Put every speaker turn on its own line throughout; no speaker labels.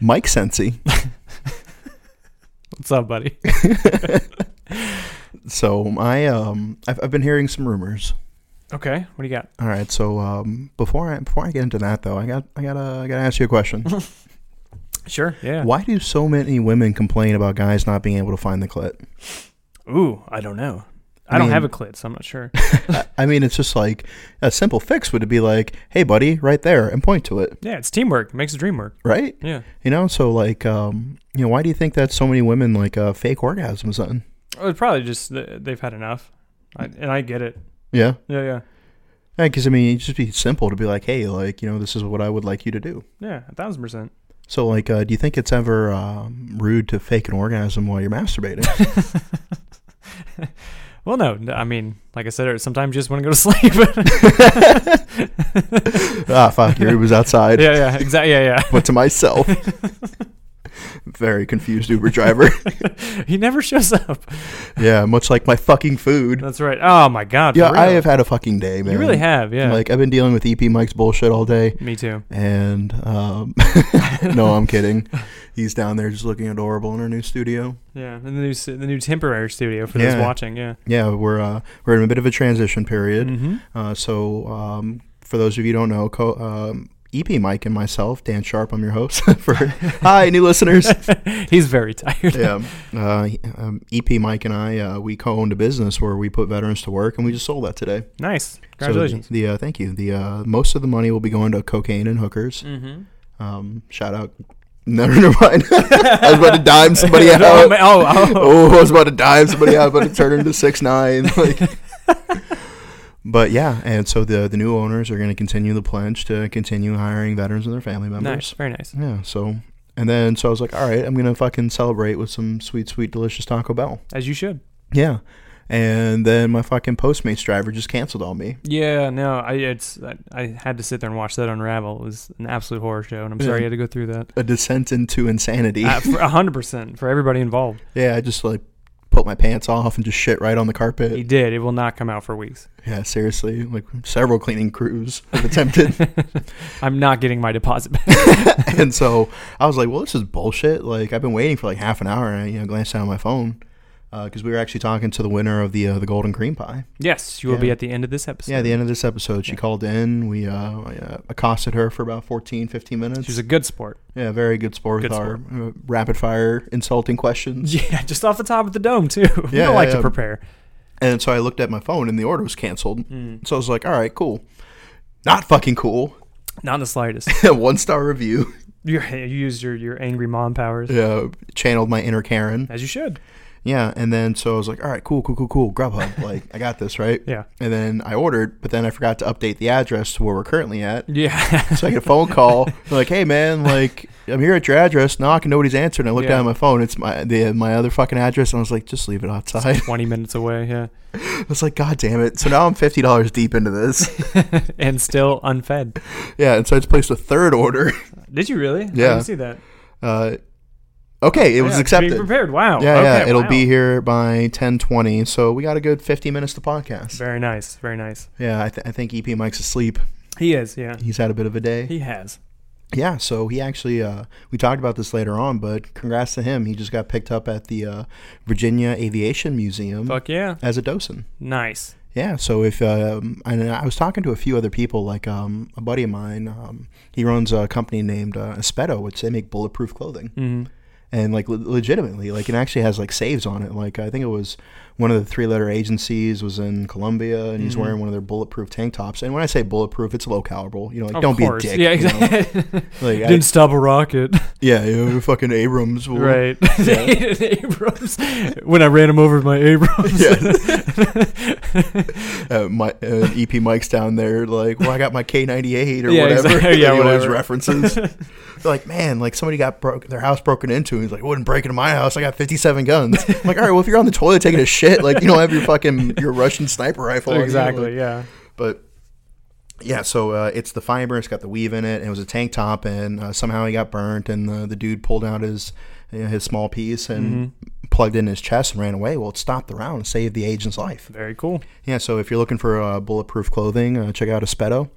Mike Sensi.
What's up, buddy?
So I um I've, I've been hearing some rumors.
Okay, what do you got?
All right, so um before I before I get into that though, I got I gotta I gotta ask you a question.
Sure. Yeah.
Why do so many women complain about guys not being able to find the clit?
Ooh, I don't know. I,
I
don't
mean-
have a clit, so I'm not sure.
I- I mean, it's just like a simple fix would be like, "Hey, buddy, right there," and point to it,
yeah, it's teamwork. It makes the dream work.
right?
Yeah.
You know, so like, um, you know, why do you think that so many women like uh, fake orgasms? Then,
Oh, It's probably just th- they've had enough, I, and I get it.
yeah,
Mm. Yeah, yeah,
because I mean, it'd just be simple to be like, "Hey, like, you know, this is what I would like you to do."
yeah. A thousand percent.
So, like, uh, do you think it's ever um, rude to fake an orgasm while you're masturbating?
Well, no, n- I mean, like I said, er, sometimes you just want to go to sleep.
ah, fuck, Yuri was outside,
yeah, yeah, exactly. Yeah,
but to myself. Very confused Uber driver.
yeah. He never shows up.
yeah, much like my fucking food.
That's right. Oh my god. for
Yeah, I
real.
have had a fucking day, man.
You really have. Yeah.
Like I've been dealing with EP Mike's bullshit all day,
me too.
and um, no, I'm kidding. He's down there just looking adorable in our new studio.
Yeah, and the new s- the new temporary studio for
Yeah.
those watching. Yeah.
Yeah, we're uh, we're in a bit of a transition period.
Mm-hmm.
Uh, so um, for those of you who don't know, co- um, EP Mike and myself, Dan Sharp, I'm your host. for hi, new listeners.
He's very tired.
yeah, uh, um, EP Mike and I, uh, we co-owned a business where we put veterans to work, and we just sold that today.
Nice.
So
Congratulations.
the uh, thank you. The uh, most of the money will be going to cocaine and hookers.
mm-hmm.
Um, shout out. No, never mind. I was about to dime somebody out.
oh, ma- oh, oh.
Oh, I was about to dime somebody out, but it turned into six nine. Like, but yeah, and so the the new owners are going to continue the pledge to continue hiring veterans and their family
nice.
members.
Very nice.
Yeah. So, and then so I was like, all right, I'm going to fucking celebrate with some sweet, sweet, delicious Taco Bell.
As you should.
Yeah. And then my fucking Postmates driver just canceled on me.
Yeah. No, I it's I, I had to sit there and watch that unravel. It was an absolute horror show, and I'm
Yeah.
sorry you had to go through that.
A descent into insanity.
Uh, for A hundred percent for everybody involved.
yeah, I just like put my pants off and just shit right on the carpet.
He did. It will not come out for weeks.
Yeah, seriously, like several cleaning crews have attempted.
I'm not getting my deposit back.
and so I was like, well, this is bullshit. Like I've been waiting for like half an hour, and I, you know, glanced down at my phone because we were actually talking to the winner of the uh, the golden cream pie.
Yes, you will
Yeah.
be at the end of this episode.
Yeah, at the end of this episode, she
Yeah.
called in. We uh, uh, accosted her for about 14, 15 minutes.
She's a good sport.
yeah, very good sport
Good
with our uh, rapid fire insulting questions.
Yeah, just off the top of the dome too. we
Yeah,
don't like
yeah,
to
yeah.
prepare.
And so I looked at my phone, and the order was canceled.
Mm.
So I was like, all right, cool. Not fucking cool.
Not in the slightest.
One star review.
you you used your, your angry mom powers
Yeah, channeled my inner Karen.
as you should.
Yeah, and then so I was like, all right, cool, cool, cool, cool. Grubhub, like I got this right.
Yeah.
And then I ordered, but then I forgot to update the address to where we're currently at.
Yeah.
So I get a phone call, They're like, hey man, like I'm here at your address. Now I can nobody's answering. I look
Yeah.
down at my phone. It's my the my other fucking address, and I was like, just leave it outside.
20 minutes away, yeah.
I was like, god damn it. So now I'm fifty dollars deep into this.
And still unfed.
yeah, and so I just placed a third order.
Did you really? I
Yeah.
didn't see that.
Uh, okay, it was
Yeah,
accepted.
Being prepared. Wow.
Yeah, yeah,
Okay,
it'll
wow.
be here by ten twenty. So we got a good fifty minutes to podcast.
Very nice. Very nice.
Yeah, I, th- I think EP Mike's asleep.
He is, yeah.
He's had a bit of a day.
He has.
Mm-hmm. Yeah, so he actually, uh, we talked about this later on, but congrats to him. He just got picked up at the uh, Virginia Aviation Museum
Fuck yeah.
as a docent.
Nice.
Yeah, so if, um, and I was talking to a few other people, like um, a buddy of mine, um, he runs a company named uh, Espeto, which they make bulletproof clothing.
hmm
And like le- legitimately, like it actually has like saves on it. Like I think it was one of the three letter agencies was in Colombia, and he's
Mhm.
wearing one of their bulletproof tank tops. And when I say bulletproof, it's low caliber. You know, like
Of
don't
course.
be a dick.
Yeah,
you know?
exactly.
Like, I-
Didn't stop a rocket.
yeah, you know, fucking Abrams. will-
Right. Abrams. When I ran him over with my Abrams.
Yeah. uh, my uh, EP Mike's down there, like, well, I got my K ninety eight or
Yeah,
whatever.
exactly.
that
Yeah,
he always
whatever.
references. They're like, man, like somebody got broke their house broken into. And he's like, wouldn't break into my house. I got fifty seven guns. I'm like, all right, well, if you're on the toilet taking a shit, like, you don't have your fucking your Russian sniper rifle. on you,
Exactly,
like-
yeah.
but. Yeah, so uh, it's the fiber. It's got the weave in it. And it was a tank top, and uh, somehow he got burnt. And the, the dude pulled out his you know, his small piece and
Mm-hmm.
plugged it in his chest and ran away. Well, it stopped the round and saved the agent's life.
Very cool.
Yeah, so if you're looking for uh, bulletproof clothing, uh, check out Espeto.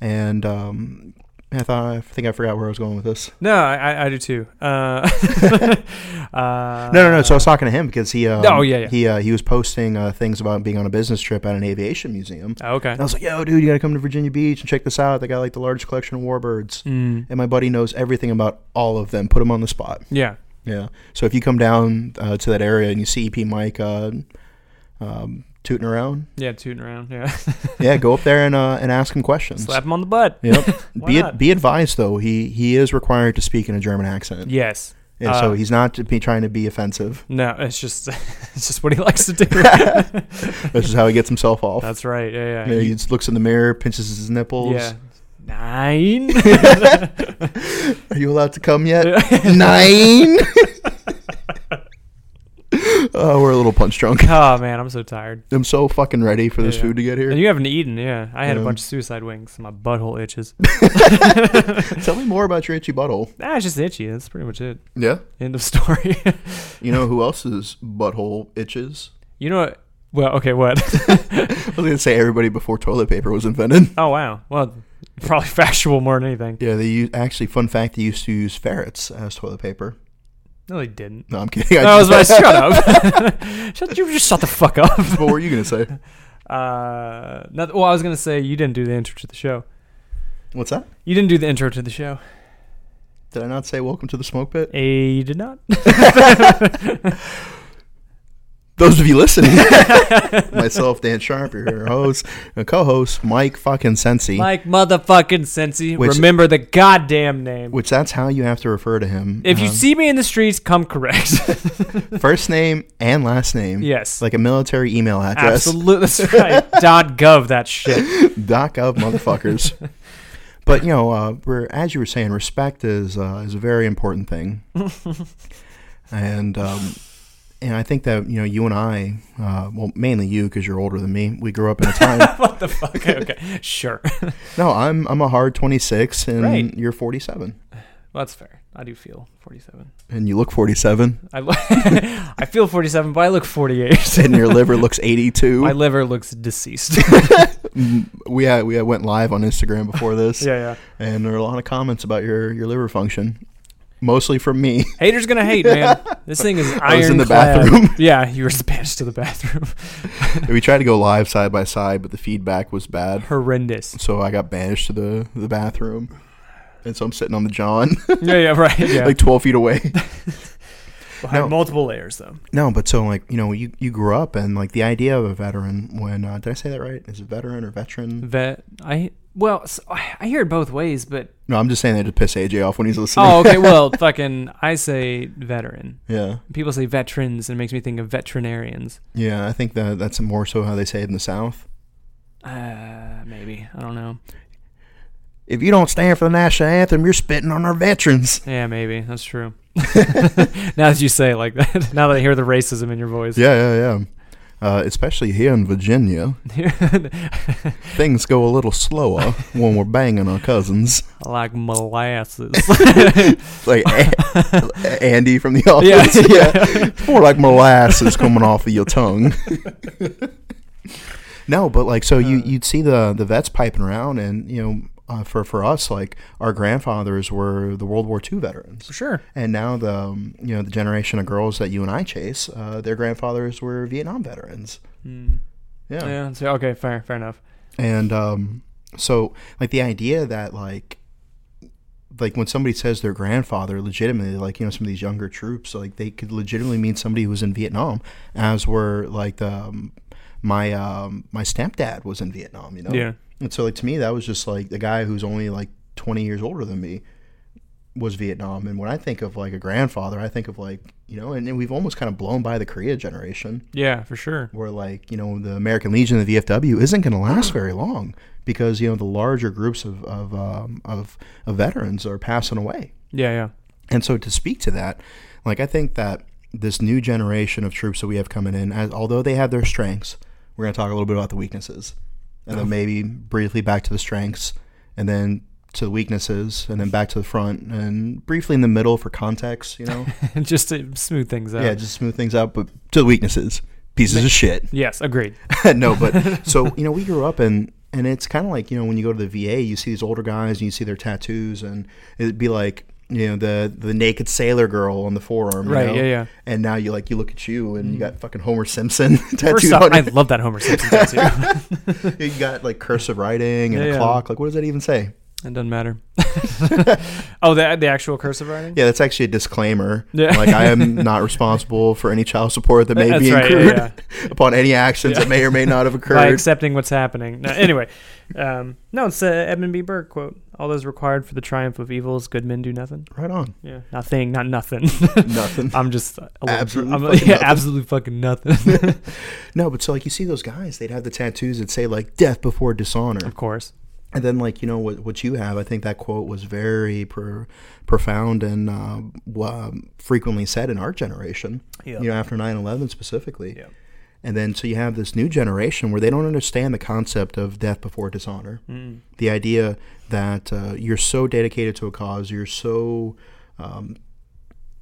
And um, I thought I think I forgot where I was going with this.
No, I, I, I do too. Uh, uh,
No, no, no. So I was talking to him because he. Um,
Oh, yeah, yeah.
He uh, he was posting uh, things about being on a business trip at an aviation museum.
Oh, okay.
And I was like, "Yo, dude, you gotta come to Virginia Beach and check this out. They got like the largest collection of warbirds."
Mm,
And my buddy knows everything about all of them. Put him on the spot.
yeah.
Yeah. So if you come down uh, to that area and you see EP Mike uh, um, tooting around,
Yeah, tooting around. Yeah.
yeah, go up there and uh, and ask him questions.
Slap him on the butt.
Yep.
Why
be
not?
be advised though, he he is required to speak in a German accent.
Yes.
Yeah, so
Uh,
he's not to be trying to be offensive.
No, it's just it's just what he likes to do.
This is how he gets himself off.
That's right. Yeah, yeah.
Yeah, he just looks in the mirror, pinches his nipples.
yeah. Nine.
Are you allowed to come yet? Nine. oh, we're a little punch drunk.
oh man, I'm so tired.
I'm so fucking ready for this
Yeah.
food to get here.
And you haven't eaten, yeah. I had a
Yeah.
bunch of suicide wings. So my butthole itches.
Tell me more about your itchy butthole.
Ah, it's just itchy. That's pretty much it.
Yeah.
End of story.
You know who else's butthole itches?
you know what? Well, okay, what?
I was gonna say everybody before toilet paper was invented.
oh wow. Well, probably factual more than anything.
Yeah, they use, actually fun fact they used to use ferrets as toilet paper.
No, they didn't.
No, I'm kidding. I
No, I was
just-
like, shut up. shut, you just shut the fuck up.
what were you gonna say?
Uh, not, well, I was gonna say you didn't do the intro to the show.
What's that?
You didn't do the intro to the show.
Did I not say welcome to the smoke pit?
Eh, you did not.
Those of you listening, myself, Dan Sharp, your host, and co-host Mike fucking Sensi.
Mike motherfucking Sensi.
Which-
Remember the goddamn name.
Which that's how you have to refer to him.
if you
Um,
see me in the streets, come correct.
first name and last name,
yes.
like a military email address.
Absolutely. That's right. Dot gov that shit.
Doc of motherfuckers. but you know, uh, we're, as you were saying, respect is uh, is a very important thing, and um, and I think that you know you and I, uh, well, mainly you because you're older than me. We grew up in a time.
what the fuck? Okay, okay. Sure. Well,
no, I'm I'm a hard 26, and
Right.
you're 47,
that's fair. I do feel 47.
and you look 47,
I, lo- I feel 47, but I look 48.
and your liver looks
My
82.
liver looks deceased.
Mm, we had, we had went live on Instagram before this,
yeah, yeah.
and there were a lot of comments about your your liver function, mostly from me.
Haters gonna hate, man. This thing is iron.
I was in the bathroom.
Yeah, you were banished to the bathroom.
we tried to go live side by side, but the feedback was bad.
Horrendous.
So I got banished to the, the bathroom. And so I'm sitting on the John,
Yeah, yeah, right. Yeah.
like 12 feet away.
Behind
no.
multiple layers, though.
no, but so, like, you know, you, you grew up and, like, the idea of a veteran when, uh, did I say that right? Is it veteran or veteran?
Vet. I well, s I I hear it both ways, but
No, I'm just saying that to piss AJ off when he's listening.
oh, okay. Well, fucking, I say veteran.
Yeah.
People say veterans, and it makes me think of veterinarians.
Yeah. I think that that's more so how they say it in the South.
Uh, maybe I don't know.
If you don't stand for the national anthem, you're spitting on our veterans.
Yeah, maybe that's true. now that you say it like that, now that I hear the racism in your voice,
Yeah, yeah, yeah. Uh, especially here in Virginia, things go a little slower when we're banging our cousins.
like molasses.
like A- Andy from the
Yeah,
office. Yeah, It's more like molasses coming off of your tongue. no, but like so you you'd see the the vets piping around, and you know. Uh, for for us, like our grandfathers were the World War II veterans,
sure.
and now the um, you know the generation of girls that you and I chase, uh, their grandfathers were Vietnam veterans.
Mm.
Yeah,
Yeah. So, okay. Fair. Fair enough.
and um, so like the idea that like like when somebody says their grandfather legitimately like you know some of these younger troops like they could legitimately mean somebody who was in vietnam as were like the um, my um, my stepdad was in vietnam you know
Yeah.
and so like to me that was just like the guy who's only like 20 years older than me was vietnam and when i think of like a grandfather i think of like you know and, and we've almost kind of blown by the korea generation
Yeah. For sure.
where like you know the American Legion, the VFW, isn't going to last very long because you know the larger groups of of, um, of of veterans are passing away,
Yeah. Yeah.
and so to speak to that, like I think that this new generation of troops that we have coming in, as, although they have their strengths, we're going to talk a little bit about the weaknesses, and then maybe briefly back to the strengths, and then to the weaknesses, and then back to the front, and briefly in the middle for context, you know,
Just to smooth things out.
yeah, just smooth things out, but to the weaknesses, pieces of shit.
Yes. Agreed.
no, but so you know, we grew up and and it's kind of like you know when you go to the VA, you see these older guys and you see their tattoos, and it'd be like you know the the naked sailor girl on the forearm, you
Right,
know?
yeah, yeah.
And now you like you look at you and you got fucking Homer Simpson
First
tattooed
off,
on
I
you.
love that Homer Simpson tattoo. it
you got like cursive writing and
Yeah,
a
yeah.
clock. Like what does that even say?
doesn't matter. oh, the the actual cursive writing.
Yeah, that's actually a disclaimer.
Yeah.
Like I am not responsible for any child support that may
That's
be
right,
incurred
yeah,
upon any actions
Yeah.
that may or may not have
by
occurred.
accepting what's happening. No, anyway, um, no, it's uh, Edmund B. Burke quote: "All those required for the triumph of evil is good men do nothing."
right on.
Yeah, nothing, not nothing.
Nothing.
I'm just uh, a little-
Absolutely
I'm,
fucking
yeah,
nothing.
absolutely fucking nothing.
No, but so like you see those guys, they'd have the tattoos that say like death before dishonor.
of course.
And then like, you know, what, what you have, I think that quote was very pro profound and uh, wa- frequently said in our generation,
Yeah.
you know, after 9-11 specifically.
Yeah.
And then so you have this new generation where they don't understand the concept of death before dishonor.
Mm.
The idea that uh, you're so dedicated to a cause, you're so um,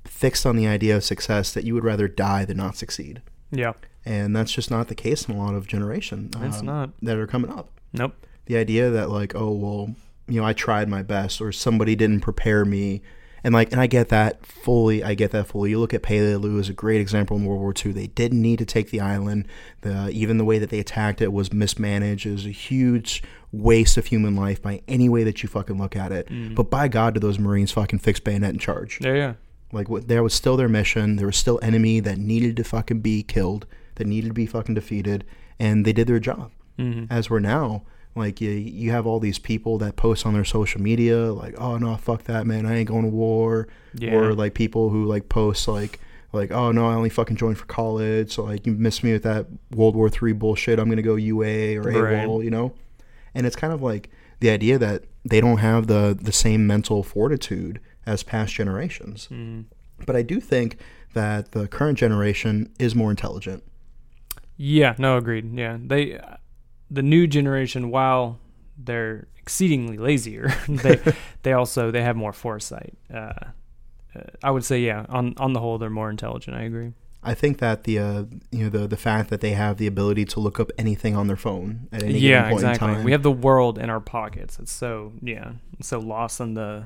fixed on the idea of success that you would rather die than not succeed
Yeah.
and that's just not the case in a lot of generation um,
It's not.
that are coming up
Nope.
the idea that like oh well you know i tried my best or somebody didn't prepare me and like and i get that fully i get that fully you look at peleliu as a great example in world war ii they didn't need to take the island the even the way that they attacked it was mismanaged it was a huge waste of human life by any way that you fucking look at it
Mm-hmm.
but by god did those marines fucking fix bayonet and charge
Yeah. Yeah.
like what, there was still their mission. There was still enemy that needed to fucking be killed, that needed to be fucking defeated, and they did their job.
Mhm.
As we're now, like you, you have all these people that post on their social media, like, "Oh no, fuck that, man, I ain't going to war,"
Yeah.
or like people who like post like, like, "Oh no, I only fucking joined for college," so like you missed me with that World War Three bullshit. I'm gonna go UA or
Right.
AWOL, you know. And it's kind of like the idea that they don't have the the same mental fortitude as past generations.
Mm-hmm.
But I do think that the current generation is more intelligent.
Yeah, no, agreed. Yeah, they, the new generation, while they're exceedingly lazier, they they also they have more foresight. Uh, uh, I would say, yeah, on on the whole, they're more intelligent. I agree.
I think that the uh, you know the the fact that they have the ability to look up anything on their phone at any given
yeah,
point
exactly.
in time.
We have the world in our pockets. It's so yeah, it's so lost in the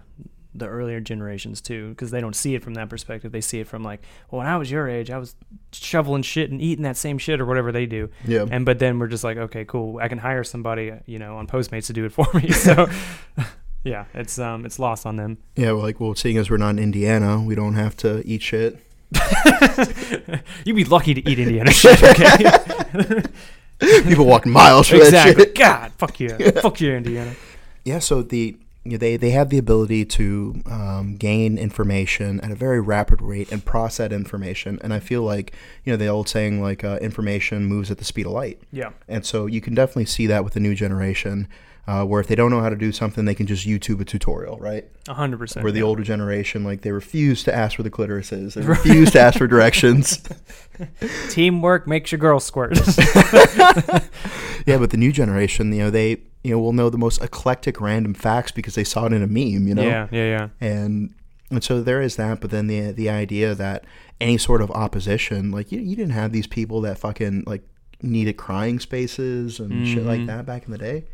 the earlier generations too, because they don't see it from that perspective. They see it from like, well, when I was your age, I was shoveling shit and eating that same shit or whatever they do.
yeah.
And but then we're just like, okay, cool. I can hire somebody, you know, on Postmates to do it for me. So yeah, it's um, it's lost on them.
yeah, well, like well, seeing as we're not in Indiana, we don't have to eat shit.
You'd be lucky to eat Indiana shit, okay?
People walk miles for that
exactly.
shit.
God, fuck you, fuck you, Indiana.
Yeah, so the you know, they they have the ability to um, gain information at a very rapid rate and process that information. And I feel like you know the old saying like uh, information moves at the speed of light.
Yeah,
And so you can definitely see that with the new generation, uh, where if they don't know how to do something, they can just YouTube a tutorial, right?
a hundred percent.
Where the older generation, like they refuse to ask for the clitoris is, they refuse to ask for directions.
teamwork makes your girl squirt.
yeah, but the new generation, you know, they you know will know the most eclectic random facts because they saw it in a meme, you know.
Yeah, yeah, yeah.
and and so there is that but then the the idea that any sort of opposition like you, you didn't have these people that fucking like needed crying spaces and shit like that back in the day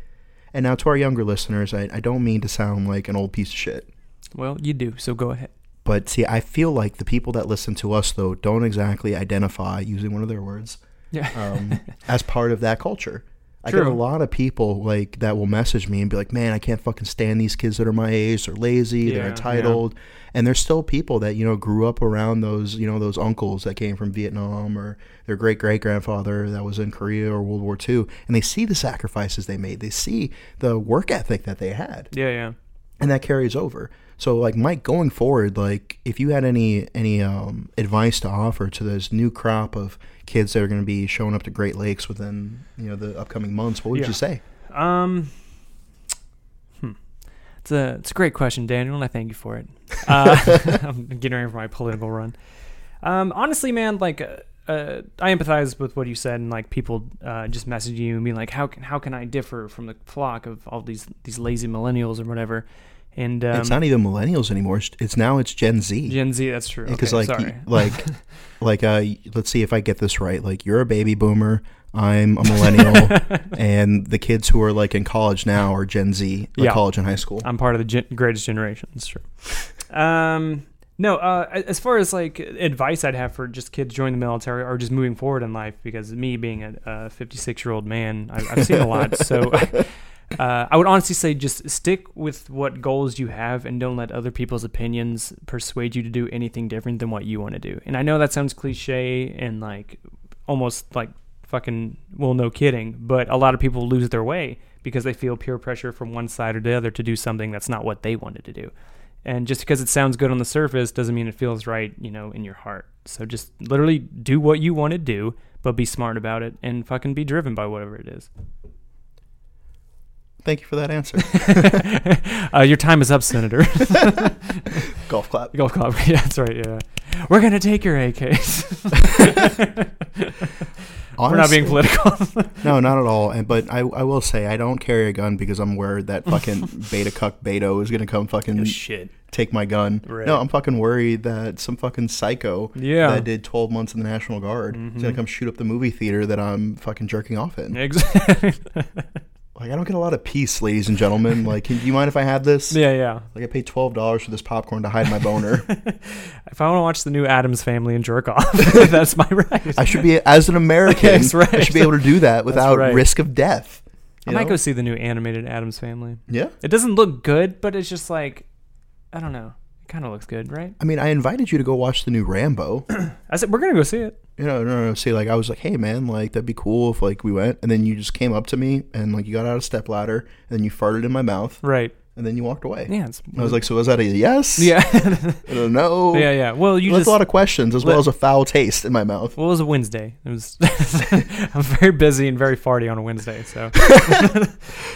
and now to our younger listeners I, I don't mean to sound like an old piece of shit
Well, you do. So go ahead.
but see i feel like the people that listen to us though don't exactly identify using one of their words
Yeah.
um, as part of that culture I get a
True.
lot of people like that will message me and be like, "Man, I can't fucking stand these kids that are my age. They're lazy.
Yeah,
they're
yeah.
entitled." And there's still people that you know grew up around those you know those uncles that came from Vietnam or their great great grandfather that was in Korea or World War II, and they see the sacrifices they made. They see the work ethic that they had
Yeah, yeah.
and that carries over. So like Mike, going forward, like if you had any any um, advice to offer to this new crop of kids that are going to be showing up to Great Lakes within you know the upcoming months, what would
Yeah.
you say?
Um, hmm. It's a it's a great question, Daniel, and I thank you for it. Uh, I'm getting ready for my political run. Um, honestly, man, like uh, uh, I empathize with what you said, and like people uh, just messaging you and being like, how can how can I differ from the flock of all these these lazy millennials or whatever? And um,
it's not even millennials anymore. It's, it's now it's Gen Z.
Gen Z, that's true.
because
okay,
like
sorry.
y- like like uh, y- let's see if I get this right. Like you're a baby boomer. I'm a millennial, and the kids who are like in college now are Gen Z, like
Yeah.
college and high school.
I'm part of the gen- greatest generation. It's true. Um, no, uh, a- as far as like advice I'd have for just kids joining the military or just moving forward in life, because me being a- a 56 year old man, I've, I've seen a lot. So uh, I would honestly say just stick with what goals you have and don't let other people's opinions persuade you to do anything different than what you want to do. And I know that sounds cliche and like almost like fucking well no kidding but a lot of people lose their way because they feel peer pressure from one side or the other to do something that's not what they wanted to do and just because it sounds good on the surface doesn't mean it feels right you know in your heart so just literally do what you want to do but be smart about it and fucking be driven by whatever it is
Thank you for that answer.
uh, your time is up senator
Golf clap.
golf club yeah that's right yeah we're gonna take your ak's we're not
Honestly-
being political
No, not at all. And but I, I will say I don't carry a gun because I'm worried that fucking beta cuck Beto is gonna come fucking
shit
take my gun.
Right.
No, I'm fucking worried that some fucking psycho
Yeah.
that did 12 months in the National Guard is gonna come shoot up the movie theater that I'm fucking jerking off in.
exactly
Like I don't get a lot of peace, ladies and gentlemen. Like, do you mind if I have this?
yeah yeah
Like I paid twelve dollars for this popcorn to hide my boner.
If I want to watch the new Adams Family and jerk off, that's my right.
I should be as an American.
That's right.
I should be able to do that without
right.
risk of death.
I
you
might
know?
go see the new animated Adams Family.
Yeah.
It doesn't look good, but it's just like, I don't know. It kind of looks good, right?
I mean, I invited you to go watch the new Rambo.
I said we're gonna go see it.
you know, no, no, see, like I was like, hey man, like that'd be cool if like we went, and then you just came up to me and like you got out a step ladder, and then you farted in my mouth,
Right?
and then you walked away.
Yeah. It's,
I was like, so was that a yes?
yeah,
I don't know.
yeah, yeah. Well, you
That's
just
a lot of questions, as well
let-
as a foul taste in my mouth.
well, it was a Wednesday. It was. I'm very busy and very farty on a Wednesday, so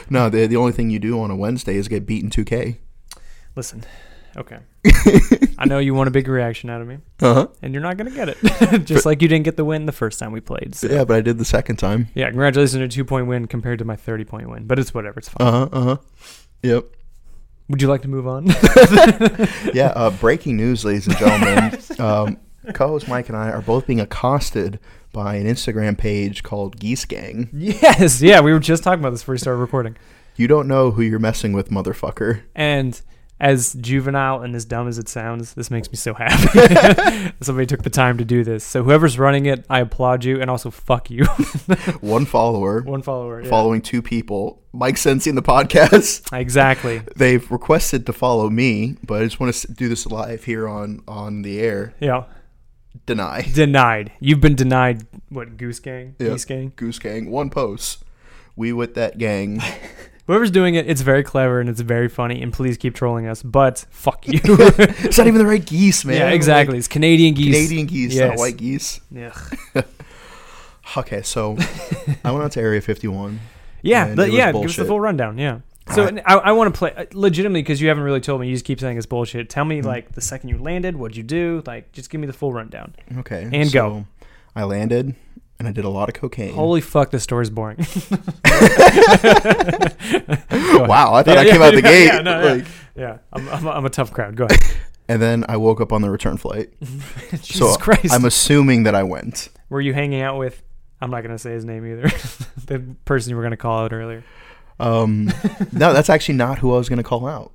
No, the the only thing you do on a Wednesday is get beaten 2K.
listen. Okay. I know you want a big reaction out of me,
Uh huh.
and you're not gonna get it. just like you didn't get the win the first time we played. So.
Yeah, but I did the second time.
Yeah, congratulations on a two point win compared to my thirty point win. But it's whatever, it's fine.
Uh huh. Uh huh. Yep.
Would you like to move on?
Yeah. Uh, breaking news, ladies and gentlemen. um, co-host Mike and I are both being accosted by an Instagram page called Geese Gang.
yes, yeah, we were just talking about this before we started recording.
You don't know who you're messing with, motherfucker.
And as juvenile and as dumb as it sounds, this makes me so happy. Somebody took the time to do this. So whoever's running it, I applaud you and also fuck you.
One follower
One follower. yeah.
following two people. Mike Sensi in the podcast.
Exactly.
They've requested to follow me, but I just want to do this live here on on the air.
Yeah.
Deny.
Denied. You've been denied what, Goose Gang?
Yeah.
Geese Gang?
Goose Gang. One post. We with that gang.
Whoever's doing it, it's very clever and it's very funny, and please keep trolling us, but fuck you.
It's not even the right geese, man.
yeah, exactly. It's Canadian geese.
Like, Canadian geese, not
Yes.
white geese.
Yeah.
Okay, so I went out to Area 51.
Yeah,
and
but
it was
yeah, give us the
bullshit.
full rundown. Yeah. So and I, I want to play uh, legitimately because you haven't really told me. You just keep saying it's bullshit. Tell
Mm-hmm.
me like the second you landed, what'd you do? Like, just give me the full rundown.
Okay.
And
so
go.
I landed and I did a lot of cocaine.
Holy fuck, this story's boring.
wow, I thought
Yeah,
I
yeah,
came out the
yeah,
gate.
yeah, no, yeah.
like-
yeah, I'm, I'm, I'm a tough crowd. Go ahead.
And then I woke up on the return flight.
Jesus
so
Christ,
I'm assuming that I went.
were you hanging out with? I'm not gonna say his name either. the person you were gonna call out earlier.
Um, no, that's actually not who I was going to call out.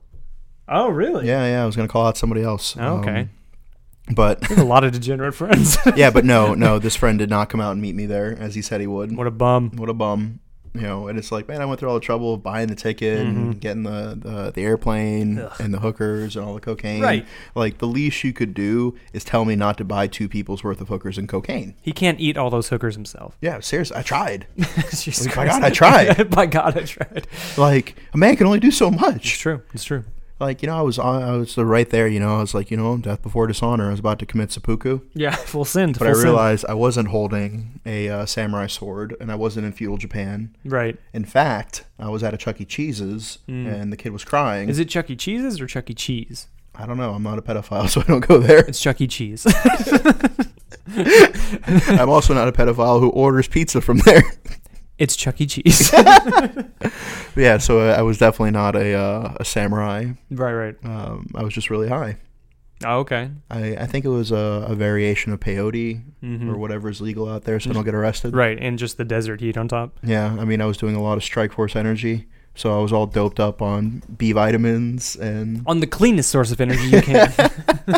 Oh really?
Yeah, yeah, I was going to call out somebody else.
Oh, okay.
Um, but
You have a lot of degenerate friends.
yeah, but no, no, this friend did not come out and meet me there as he said he would.
what a bum.
What a bum. You know, and it's like, man, I went through all the trouble of buying the ticket and getting the, the, the airplane
Mm-hmm. Ugh.
and the hookers and all the cocaine.
Right.
Like, the least you could do is tell me not to buy two people's worth of hookers and cocaine.
He can't eat all those hookers himself.
Yeah, seriously, I tried.
Jesus
By Oh God, I tried.
By God, I tried.
like, a man can only do so
It's
much.
true. It's true.
Like, you know, I was on, I was right there, you know, I was like, you know, death before dishonor. I was about to commit seppuku.
Yeah, full sin.
But
full
I
sin.
realized I wasn't holding a uh, samurai sword and I wasn't in feudal Japan.
Right.
In fact, I was at a Chuck E. Cheese's and the kid was crying.
Hmm. Is it Chuck E. Cheese's or Chuck E. Cheese?
I don't know. I'm not a pedophile, so I don't go there.
It's Chuck E. Cheese.
I'm also not a pedophile who orders pizza from there.
it's Chuck E. Cheese.
But yeah, so uh, I was definitely not a, uh, a samurai.
right, right.
Um, I was just really high.
Oh, okay.
I, I think it was a, a variation of peyote
Mhm.
or whatever is legal out there, so I don't get arrested.
Right, and just the desert heat on top.
Yeah, I mean, I was doing a lot of Strike Force energy, so I was all doped up on B vitamins and
On the cleanest source of energy you can.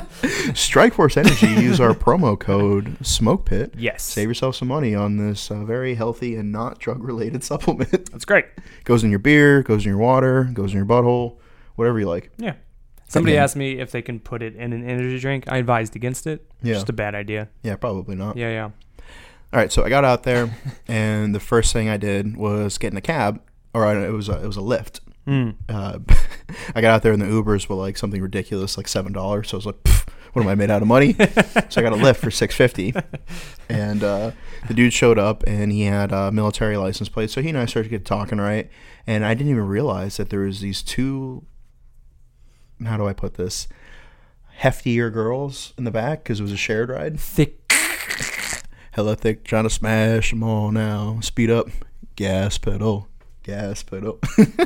Strike Force energy. use our promo code Smoke Pit.
yes.
Save yourself some money on this uh, very healthy and not drug related supplement.
That's great.
goes in your beer, goes in your water, goes in your butthole, whatever you like.
Yeah. Somebody
then-
asked me if they can put it in an energy drink. I advised against it.
Yeah. Oh.
Just a bad idea.
Yeah, probably not.
Yeah, yeah.
All right, so I got out there, and the first thing I did was get in a cab, or I, it was a, it was a lift.
Mm.
Uh, I got out there, and the Ubers were like something ridiculous, like seven dollars. So I was like, "Pff, "What am I made out of money?" so I got a lift for six fifty, and uh, the dude showed up, and he had a military license plate. So he and I started to get talking, right? And I didn't even realize that there was these two. How do I put this? Heftier girls in the back because it was a shared ride.
Thick.
Hella thick, trying to smash them all now. Speed up, gas pedal, gas pedal.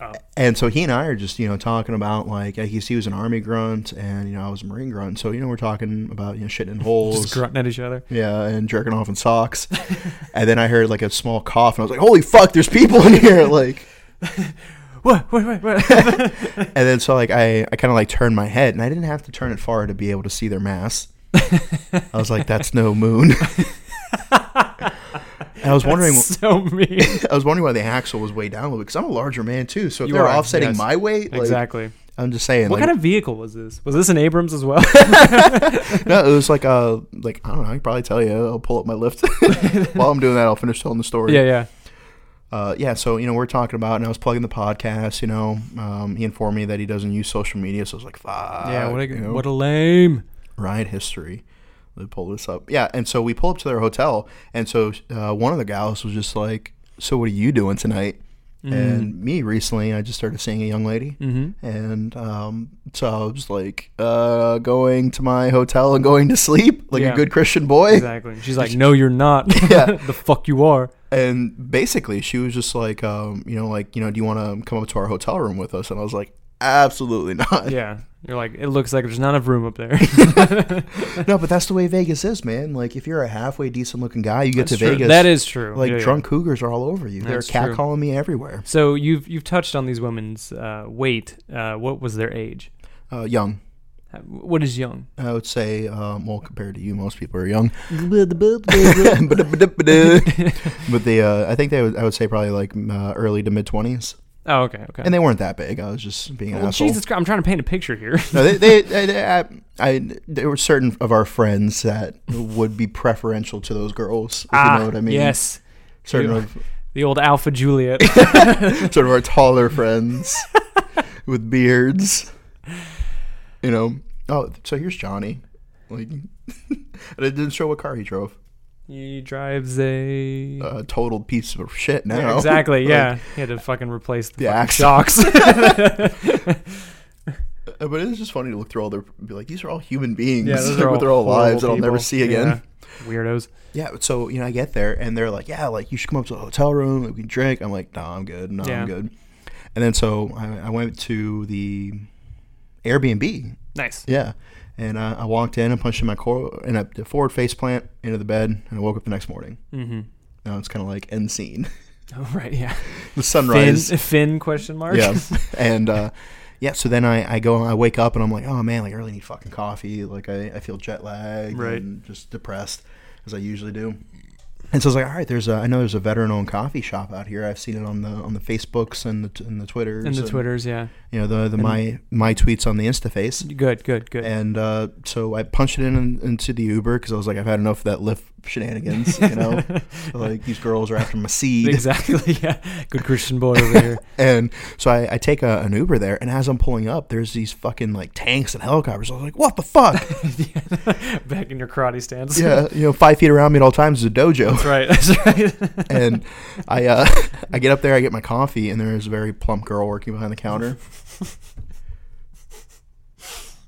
Oh.
And so he and I are just, you know, talking about like I guess he was an army grunt and you know I was a marine grunt. So you know we're talking about you know shitting in
Just
holes,
grunting at each other.
yeah, and jerking off in socks. and then I heard like a small cough and I was like, holy fuck, there's people in here, like.
What? What? What? what?
And then so like I, I kind of like turned my head and I didn't have to turn it far to be able to see their mass. I was like, that's no moon. and I was wondering.
so mean.
I was wondering why the axle was way down a little bit because I'm a larger man too. So if
You
they're
are,
offsetting
yes.
my weight, like,
exactly.
I'm just saying.
What
like,
kind of vehicle was this? Was this an Abrams as well?
no, it was like uh like I don't know. I can probably tell you. I'll pull up my lift while I'm doing that. I'll finish telling the story.
yeah, yeah.
Uh, yeah. So you know we're talking about, and I was plugging the podcast. You know, um, he informed me that he doesn't use social media, so I was like, fuck.
yeah, what a,
Uh, you know?
what a lame.
ride history. Let me pull this up. Yeah, and so we pull up to their hotel, and so uh, one of the gals was just like, "So what are you doing tonight?"
Mm.
And me recently, I just started seeing a young lady,
Mm-hmm.
and um, so I was like, uh, "Going to my hotel and going to sleep like
Yeah.
a good Christian boy."
Exactly. She's like, no, you're not.
Yeah.
the fuck you are.
And basically, she was just like, um, "You know, like you know, do you want to come up to our hotel room with us?" And I was like, "Absolutely not."
Yeah. You're like, it looks like there's not enough room up there.
no, but that's the way Vegas is, man. Like if you're a halfway decent looking guy, you get
That's
to
true.
Vegas.
That is true.
Like
Yeah, yeah.
drunk cougars are all over you.
That's
They're
true.
catcalling me everywhere.
So you've you've touched on these women's uh, weight. Uh, what was their age?
Uh, young,
Uh, What is young?
I would say. Um, well, compared to you, most people are young.
okay.
but the uh, I think they would, I would say probably like m- uh, early to mid twenties,
Oh, okay. Okay.
and they weren't that big. I was just being an
well,
asshole.
Oh, Jesus Christ! I'm trying to paint a picture here.
No, they, they, they, they- I, I, there were certain of our friends that would be preferential to those girls. If you know what I mean?
Ah, Yes.
Certain
You-
of
The old Alpha Juliet.
sort of our taller friends with beards. You know. Oh, so here's Johnny. Like, I didn't show what car he drove.
he drives a.
A total piece of shit now.
Yeah, exactly.
Uh, Like,
Yeah. he had to fucking replace the,
The
fucking
axle.
shocks.
uh, But it's just funny to look through all their be like, these are all human beings
yeah, those are all
with their own
horrible
lives that I'll
people.
never see again.
Yeah. Weirdos.
Yeah. So you know, I get there and they're like, yeah, like you should come up to the hotel room. Like, we can drink. I'm like, nah, I'm good. No,
Yeah.
I'm good. And then so I, I went to the Airbnb
Nice.
Yeah. And uh, I, I walked in and punched in my core and I did forward face plant into the bed and I woke up the next morning.
Mm-hmm.
Now it's kind of like end scene.
Oh, right. Yeah.
the
Finn,
sunrise.
Finn? Question mark.
Yeah. and uh, yeah, so then I, I go I wake up and I'm like, oh man, like I really need fucking coffee. Like I, I feel jet lag
Right.
and just depressed as I usually do. And so I was like, all right, there's a, I know there's a veteran-owned coffee shop out here. I've seen it on the on the Facebooks and the and the Twitters
And the Twitters. Yeah.
you know the the my my tweets on the InstaFace.
Good. Good. Good.
And uh, so I punched it in into the Uber because I was like, I've had enough of that Lyft shenanigans. You know, like these girls are after my seed.
Exactly. Yeah. Good Christian boy over here.
And so I, I take a, an Uber there, and as I'm pulling up, there's these fucking like tanks and helicopters. I was like, what the fuck?
Back in your karate stance.
yeah, you know, five feet around me at all times is a dojo.
That's right. That's right.
And I uh, I get up there, I get my coffee, and there's a very plump girl working behind the counter.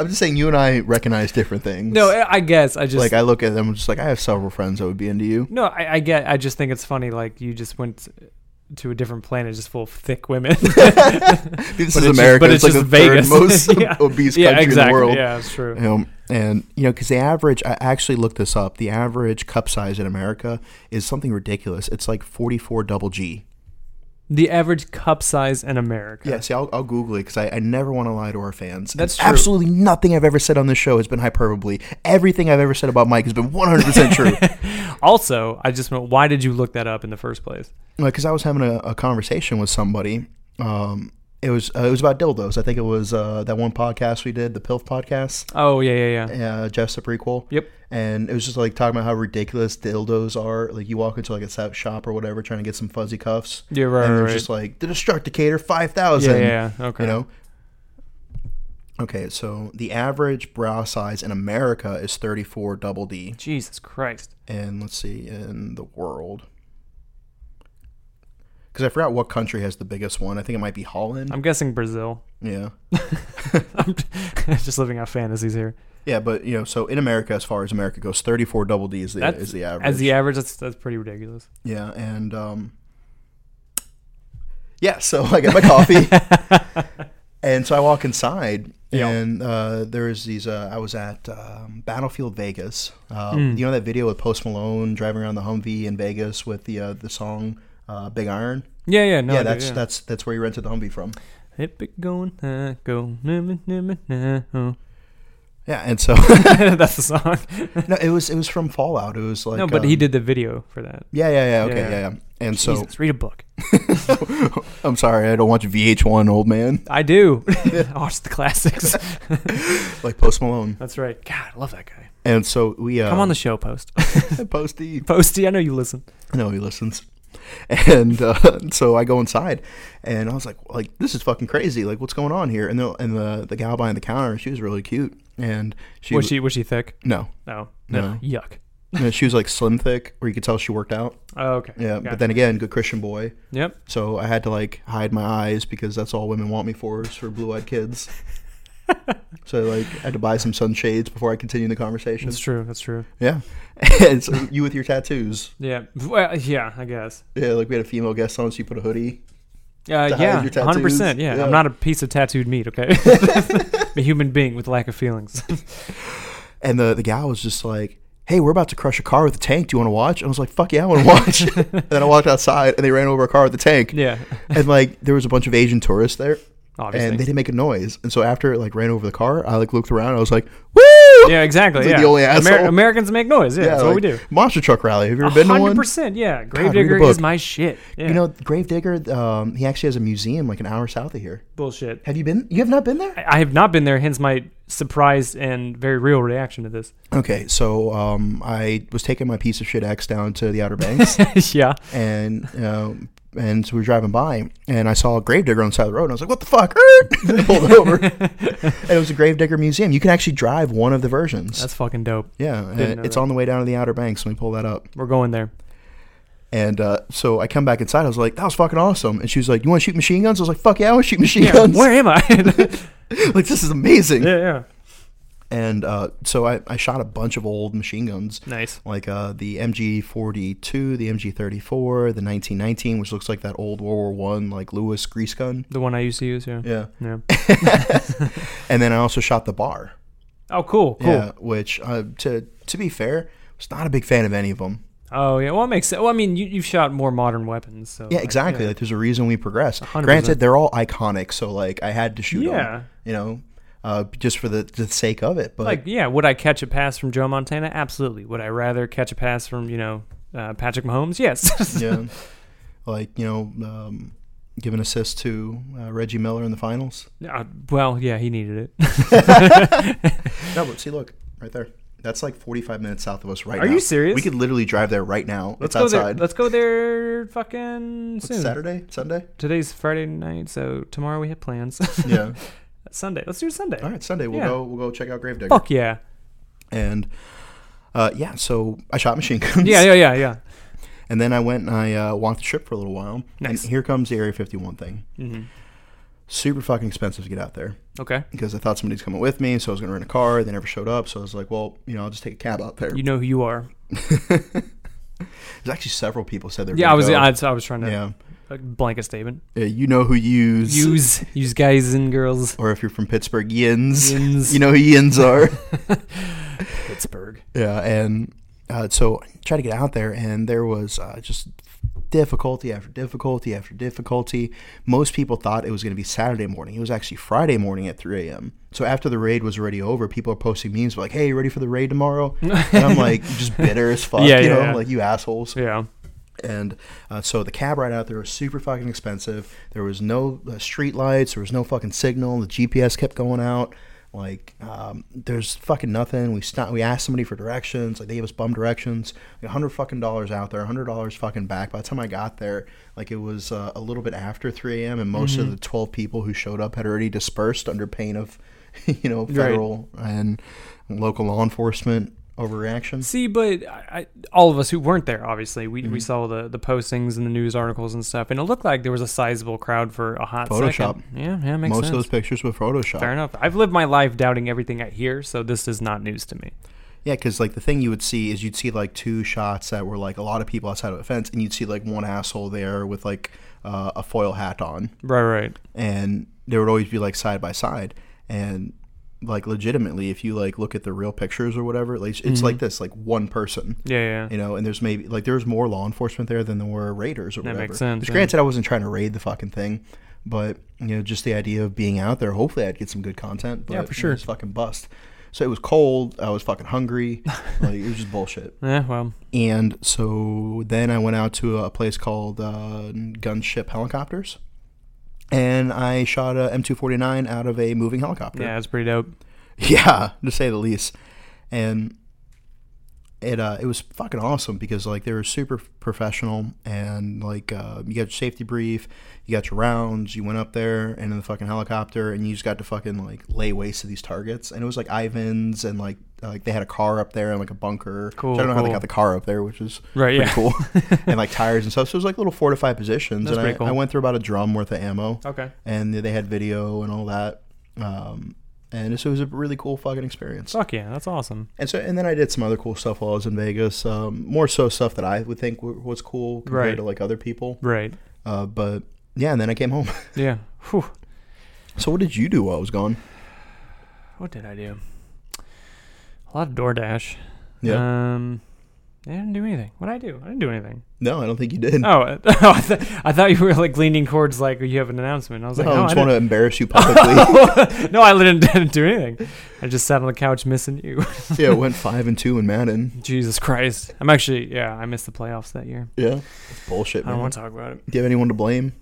I'm just saying, you and I recognize different things.
No, I- I guess I just
like I look at them, I'm just like, I have several friends that would be into you.
no, I, I get. I just think it's funny. Like you just went to a different planet just full of thick women.
Dude, this
But
is
it's just-
America.
but
it's,
it's
like the
just Vegas.
third most
Yeah.
obese country
yeah, exactly.
in the world.
Yeah, that's true.
You know, and you know, because the average, I actually looked this up. The average cup size in America is something ridiculous. It's like 44 double G.
The average cup size in America.
Yeah, see, I'll, I'll Google it because I, I never want to lie to our fans. And
That's true.
Absolutely nothing I've ever said on this show has been hyperbole. Everything I've ever said about Mike has been 100% true.
Also, I just went, why did you look that up in the first place?
Because Uh, I was having a, a conversation with somebody. Um, it was uh, it was about dildos. I think it was uh, that one podcast we did, the Pilf podcast,
Oh, yeah, yeah, yeah.
uh, Jeff's a prequel.
Yep.
and it was just like talking about how ridiculous dildos are. Like you walk into like a sa- shop or whatever, trying to get some fuzzy cuffs.
Yeah, right,
And they're
right,
just like the Destructicator five thousand.
Yeah, yeah, yeah. Okay.
You know. Okay, so the average bra size in America is thirty four double D,
Jesus Christ.
and let's see in the world. Because I forgot what country has the biggest one. I think it might be Holland.
I'm guessing Brazil.
yeah.
I'm just living out fantasies here.
Yeah, but you know, so in America, as far as America goes, thirty-four double D is the
That's-
is the average.
As the average, that's that's pretty ridiculous.
Yeah, and um, yeah, so I get my coffee, and so I walk inside,
Yeah.
and uh, there's these. Uh, I was at um, Battlefield Vegas. Um,
Hmm.
You know that video with Post Malone driving around the Humvee in Vegas with the uh, the song uh, Big Iron.
Yeah, yeah, no. I
yeah,
do,
that's
yeah.
that's that's where you rented the Humvee from.
Hip it going, uh, go, na, na, na, na, na, oh.
Yeah, and so
That's the song.
no, it was it was from Fallout. It was like
no, but he
um,
did the video for that.
Yeah, yeah, yeah. Okay,
Yeah.
yeah, yeah. And so
Jesus, read a book.
I'm sorry, I don't watch VH1, old man,
I do. I watch the classics.
like Post Malone.
That's right. God, I love that guy.
And so we uh,
Come on the show, Post.
Posty.
Posty, I know you listen.
No, he listens. And uh, so I go inside, and I was like, like this is fucking crazy. Like, what's going on here? And the and the the gal behind the counter, she was really cute, and she
was she was she thick?
no,
No, no,
No.
yuck.
No, she was like slim thick, where you could tell she worked out.
Oh, okay.
Yeah,
Gotcha.
but then again, good Christian boy.
yep.
So I had to like hide my eyes because that's all women want me for is for blue eyed kids. so like I had to buy some sunshades before I continued the conversation.
That's true. That's true.
Yeah, and so you with your tattoos.
Yeah. Well, yeah. I guess.
Yeah, like we had a female guest on, so you put a hoodie.
Uh,
To hide
yeah,
your
hundred percent.
tattoos?
Yeah.
Yeah.
I'm not a piece of tattooed meat. Okay, I'm a human being with lack of feelings.
And the, the gal was just like, Hey, we're about to crush a car with a tank. Do you want to watch? And I was like, Fuck yeah, I want to watch. and then I walked outside and they ran over a car with a tank.
yeah,
And like, there was a bunch of Asian tourists there
obviously.
and they didn't make a noise. And so after it like ran over the car, I like looked around. I was like, Woo!
yeah, exactly.
It's like
yeah,
the only asshole.
Americans make noise. Yeah, that's what we
like,
do.
Monster truck rally. Have you ever been to one?
Hundred percent. Yeah,
read
Gravedigger
a
is
book.
my shit. Yeah.
You know, Gravedigger, um, he actually has a museum like an hour south of here.
bullshit.
Have you been? You have not been there?
I I have not been there, hence my surprise and very real reaction to this.
Okay, so um, I was taking my piece of shit ex down to the Outer Banks.
yeah,
and uh, and so we were driving by, and I saw a gravedigger on the side of the road, and I was like, "What the fuck?" and I pulled over, and it was a gravedigger museum. You can actually drive one of the versions.
that's fucking dope.
yeah, and
didn't know
it's
that.
on the way down to the Outer Banks. Let me pull that up.
We're going there.
And uh, so I come back inside. I was like, "That was fucking awesome." And she was like, "You want to shoot machine guns?" I was like, "Fuck yeah, I want to shoot machine
Yeah,
guns!"
where am I? yeah,
like this is amazing.
yeah.
And uh, so I, I shot a bunch of old machine guns.
Nice.
like uh, the MG42, the MG34, the 1919, which looks like that old World War One like Lewis grease gun.
The one I used to use. Yeah.
Yeah,
Yeah.
and then I also shot the bar.
Oh, cool. Cool.
Yeah, which uh, to to be fair, was not a big fan of any of them.
Oh yeah, well it makes sense. Well, I mean, you, you've shot more modern weapons, so
Yeah,
like,
exactly. Like there's a reason we progressed.
100%.
Granted, they're all iconic, so like I had to shoot
Yeah.
them. You know, uh, just for the, the sake of it. But
Like, yeah, would I catch a pass from Joe Montana? Absolutely. Would I rather catch a pass from you know uh, Patrick Mahomes? Yes.
yeah, like you know, um, give an assist to uh, Reggie Miller in the finals.
Uh, well, yeah, he needed it.
No, but see, look right there. That's like 45 minutes south of us right
Are
now.
you serious?
We could literally drive there right now.
Let's
it's
go there.
outside.
Let's go there. Fucking
What's
soon.
Saturday, Sunday.
Today's Friday night, so tomorrow we have plans.
Yeah.
Sunday. Let's do it Sunday.
All right, Sunday. We'll
Yeah.
go. We'll go check out Gravedigger.
Fuck yeah.
And uh, yeah, so I shot machine guns.
Yeah, yeah, yeah, yeah.
And then I went and I uh, walked the strip for a little while.
Nice.
And here comes the Area 51 thing.
hmm
Super fucking expensive to get out there
Okay.
because I thought somebody's coming with me, so I was gonna rent a car. They never showed up, so I was like, well, you know, I'll just take a cab out there.
You know who you are.
There's actually several people said they're.
Yeah,
gonna
I was.
go.
I, was- I was trying to.
yeah.
a blanket statement.
Uh, you know who yous.
Use use guys and girls.
Or if you're from Pittsburgh, yins.
Yins.
You know who yins are.
Pittsburgh.
yeah, and uh, so I tried to get out there, and there was uh, just difficulty after difficulty after difficulty. Most people thought it was going to be Saturday morning. It was actually Friday morning at 3 a.m. So after the raid was already over, people are posting memes like, "Hey, you ready for the raid tomorrow?" and I'm like, just bitter as fuck,
Yeah,
you
yeah,
know,
yeah.
like you assholes.
Yeah.
And uh, so the cab ride out there was super fucking expensive. There was no uh, street lights. There was no fucking signal. The GPS kept going out. Like um, there's fucking nothing. We stopped. We asked somebody for directions. Like they gave us bum directions. Like, hundred fucking dollars out there. hundred dollars fucking back. By the time I got there, like it was uh, a little bit after 3 a.m. and most
Mm-hmm.
of the 12 people who showed up had already dispersed under pain of, you know, federal and local law enforcement overreaction.
See, but I, I, all of us who weren't there, obviously, we, we saw the, the postings and the news articles and stuff, and it looked like there was a sizable crowd for a hot
Photoshop.
second. Yeah, yeah, makes
Most
sense.
of those pictures were photoshopped.
Fair enough. I've lived my life doubting everything I hear, so this is not news to me.
Yeah, because like the thing you would see is you'd see like two shots that were like a lot of people outside of the fence, and you'd see like one asshole there with like uh, a foil hat on,
Right, right.
and they would always be like side by side, and like legitimately, if you like look at the real pictures or whatever, like it's like this, like one person.
Yeah, yeah.
You know, and there's maybe like there's more law enforcement there than there were raiders or
That
whatever.
makes sense,
Which,
yeah.
granted, I wasn't trying to raid the fucking thing, but you know, just the idea of being out there. Hopefully, I'd get some good content. But
Yeah, for
it was
sure.
fucking bust. So it was cold. I was fucking hungry. like it was just bullshit.
Yeah, well,
And so then I went out to a place called uh, Gunship Helicopters, and I shot a M249 out of a moving helicopter.
yeah, it's pretty dope.
Yeah, to say the least. And it uh, it was fucking awesome because like they were super professional and like uh, you got your safety brief, you got your rounds, you went up there and in the fucking helicopter and you just got to fucking like lay waste to these targets and it was like Ivans and like uh, like they had a car up there and like a bunker.
Cool,
So I don't know how they
cool.
got the car up there, which is pretty
Right, yeah.
cool. and like tires and stuff. So it was like little fortified positions.
That's
and I,
pretty cool.
I went through about a drum worth of ammo
Okay.
and they had video and all that. Um, and so it was a really cool fucking experience.
Fuck yeah, that's awesome.
And so, and then I did some other cool stuff while I was in Vegas. Um, more so stuff that I would think w- was cool compared
Right.
to like other people.
Right.
Uh, but yeah, and then I came home.
Yeah. Whew.
so what did you do while I was gone?
What did I do? A lot of DoorDash.
Yeah,
Um, I didn't do anything. What did I do? I didn't do anything.
no, I don't think you did.
Oh, uh, oh I, th- I thought you were like leaning towards like you have an announcement. I was
No,
like, no,
I
I
just want to embarrass you publicly.
didn't- no, I didn't, didn't do anything. I just sat on the couch missing you.
yeah, it went five and two in Madden.
Jesus Christ. I'm actually, yeah, I missed the playoffs that year.
Yeah, that's bullshit,
I don't
man.
want to talk about it.
Do you have anyone to blame?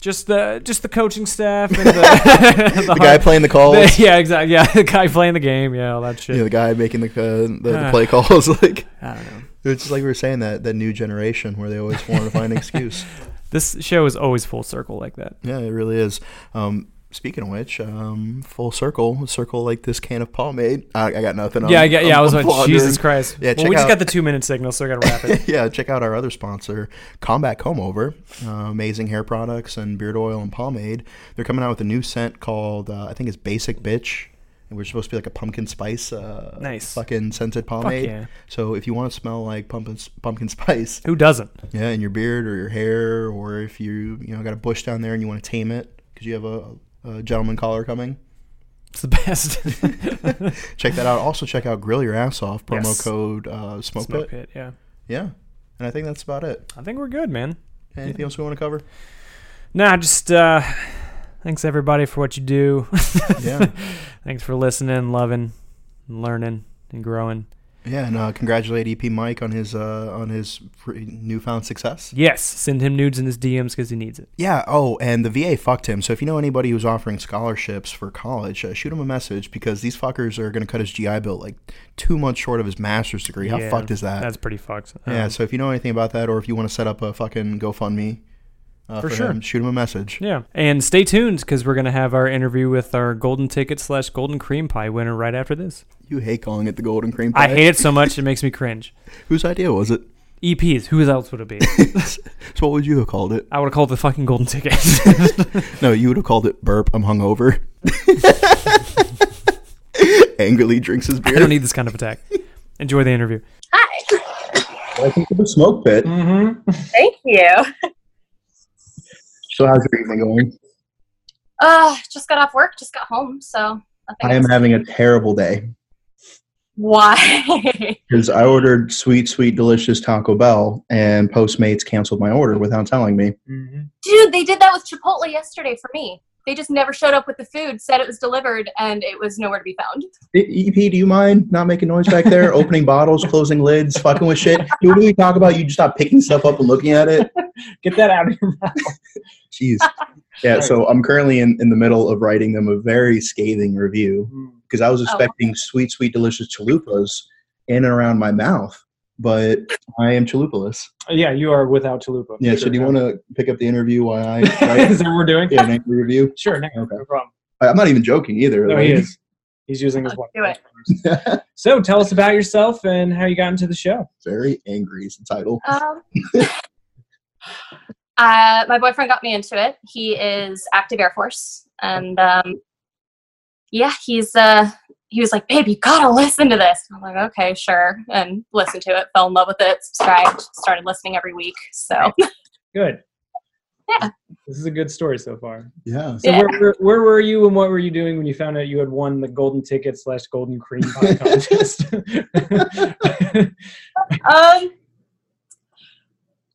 Just the just the coaching staff and the,
The guy playing the calls.
the- yeah, exactly. Yeah, the guy playing the game. Yeah, all that shit.
you know, the guy making the uh, the, the play calls. Like
I don't know.
it's just like we were saying that that new generation where they always want to find an excuse.
This show is always full circle like that.
Yeah, it really is. Um, speaking of which, um, full circle, circle like this can of pomade. I, I got nothing.
yeah, I
I'm-
get, yeah.
I'm-
I was
I'm
like,
floundering.
Jesus Christ.
Yeah,
well,
check
we just
out-
got the two minute signal, so I got to wrap it.
Yeah, check out our other sponsor, Combat Comb Over. Uh, amazing hair products and beard oil and pomade. They're coming out with a new scent called, uh, I think it's Basic Bitch. And we're supposed to be like a pumpkin spice, uh,
Nice.
fucking scented
Fuck
pomade.
yeah.
So if you want to smell like pumpkin pumpkin spice,
Who doesn't?
yeah, in your beard or your hair, or if you you know got a bush down there and you want to tame it because you have a, a gentleman caller coming,
It's the best.
check that out. Also, check out Grill Your Ass Off promo
Yes.
code uh, Smoke, Pit.
Smoke pit. Yeah.
Yeah, and I think that's about it.
I think we're good, man.
Anything else we want to cover?
Nah, just uh, thanks everybody for what you do.
yeah,
thanks for listening, loving, and learning, and growing.
yeah, and uh, congratulate EP Mike on his uh, on his fr- newfound success.
Yes, send him nudes in his DMs because he needs it.
Yeah. Oh, and the VA fucked him. So if you know anybody who's offering scholarships for college, uh, shoot him a message because these fuckers are going to cut his GI Bill like two months short of his master's degree. How
Yeah,
fucked is that?
That's pretty fucked.
Uh, Yeah,
Um,
so if you know anything about that, or if you want to set up a fucking GoFundMe uh,
For
for,
sure.
him, shoot him a message.
Yeah. And stay tuned because we're going to have our interview with our golden ticket slash golden cream pie winner right after this.
You hate calling it the Golden Cream Pie.
I hate it so much, it makes me cringe.
Whose idea was it?
EPs, who else would it be?
So what would you have called it?
I would have called it the fucking golden ticket.
No, you would have called it burp. I'm hungover. Angrily drinks his
I
beer.
don't e- need this kind of attack. Enjoy the interview.
Hi.
Mm-hmm. Welcome to the smoke pit.
Thank you.
So how's your evening going?
Uh, just got off work, just got home, so nothing
I am
else.
having a terrible day
Why?
because I ordered sweet, sweet, delicious Taco Bell, and Postmates canceled my order without telling me.
Dude, they did that with Chipotle yesterday for me. They just never showed up with the food, said it was delivered, and it was nowhere to be found.
E- EP, do you mind not making noise back there? Opening bottles, closing lids, fucking with shit. Dude, what do we talk about? You just stop picking stuff up and looking at it.
Get that out of your mouth.
Jeez. Yeah, so I'm currently in, in the middle of writing them a very scathing review
Hmm.
because I was expecting sweet, sweet, delicious chalupas in and around my mouth, but I am chalupaless.
Yeah, you are without chalupa.
Yeah, so do you want to pick up the interview while I
Is
write
that what we're doing?
yeah, an angry review?
Sure, no,
Okay.
no problem.
I- I'm not even joking either.
No,
like-
he is. He's using his
Let's
one.
do it.
So tell us about yourself and how you got into the show.
very angry is the title.
Um, uh, my boyfriend got me into it. He is active Air Force, and um, yeah, he's uh, he was like, "Babe, you gotta listen to this." I'm like, "Okay, sure," and listened to it. Fell in love with it. Subscribed. Started listening every week. So
Good.
Yeah.
This is a good story so far.
Yeah.
So
Yeah.
where, where, where were you and what were you doing when you found out you had won the golden ticket slash golden cream pie contest?
um,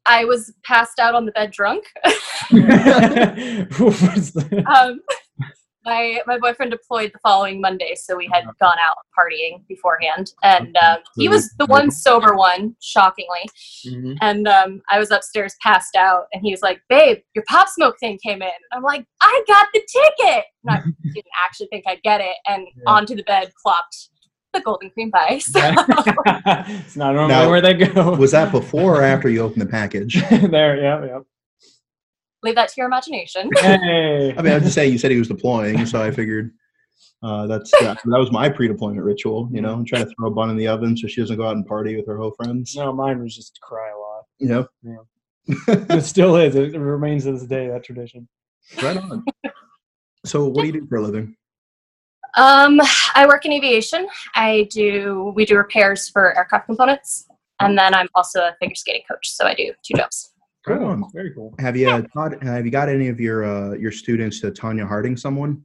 I was passed out on the bed drunk.
What was the-
um, my my boyfriend deployed the following Monday, so we had gone out partying beforehand, and um, he was the one sober one, shockingly. And um, I was upstairs, passed out, and he was like, "Babe, your pop smoke thing came in." And I'm like, "I got the ticket!" And I didn't actually think I'd get it, and
Yeah.
onto the bed plopped the golden cream pie. So
it's not normally
Now,
where they go.
Was that before or after you opened the package?
there, yeah, yeah.
leave that to your imagination.
Hey.
I mean, I was just saying, you said he was deploying, so I figured uh, that's that, that was my pre-deployment ritual. You know, and try to throw a bun in the oven so she doesn't go out and party with her whole friends.
no, mine was just to cry a lot.
You know,
It still is. It remains to this day that tradition.
right on. So, what do you do for a living?
Um, I work in aviation. I do we do repairs for aircraft components, and then I'm also a figure skating coach. So I do two jobs.
Right
Cool.
on.
Very cool.
Have you uh, taught, have you got any of your uh, your students to Tanya Harding someone?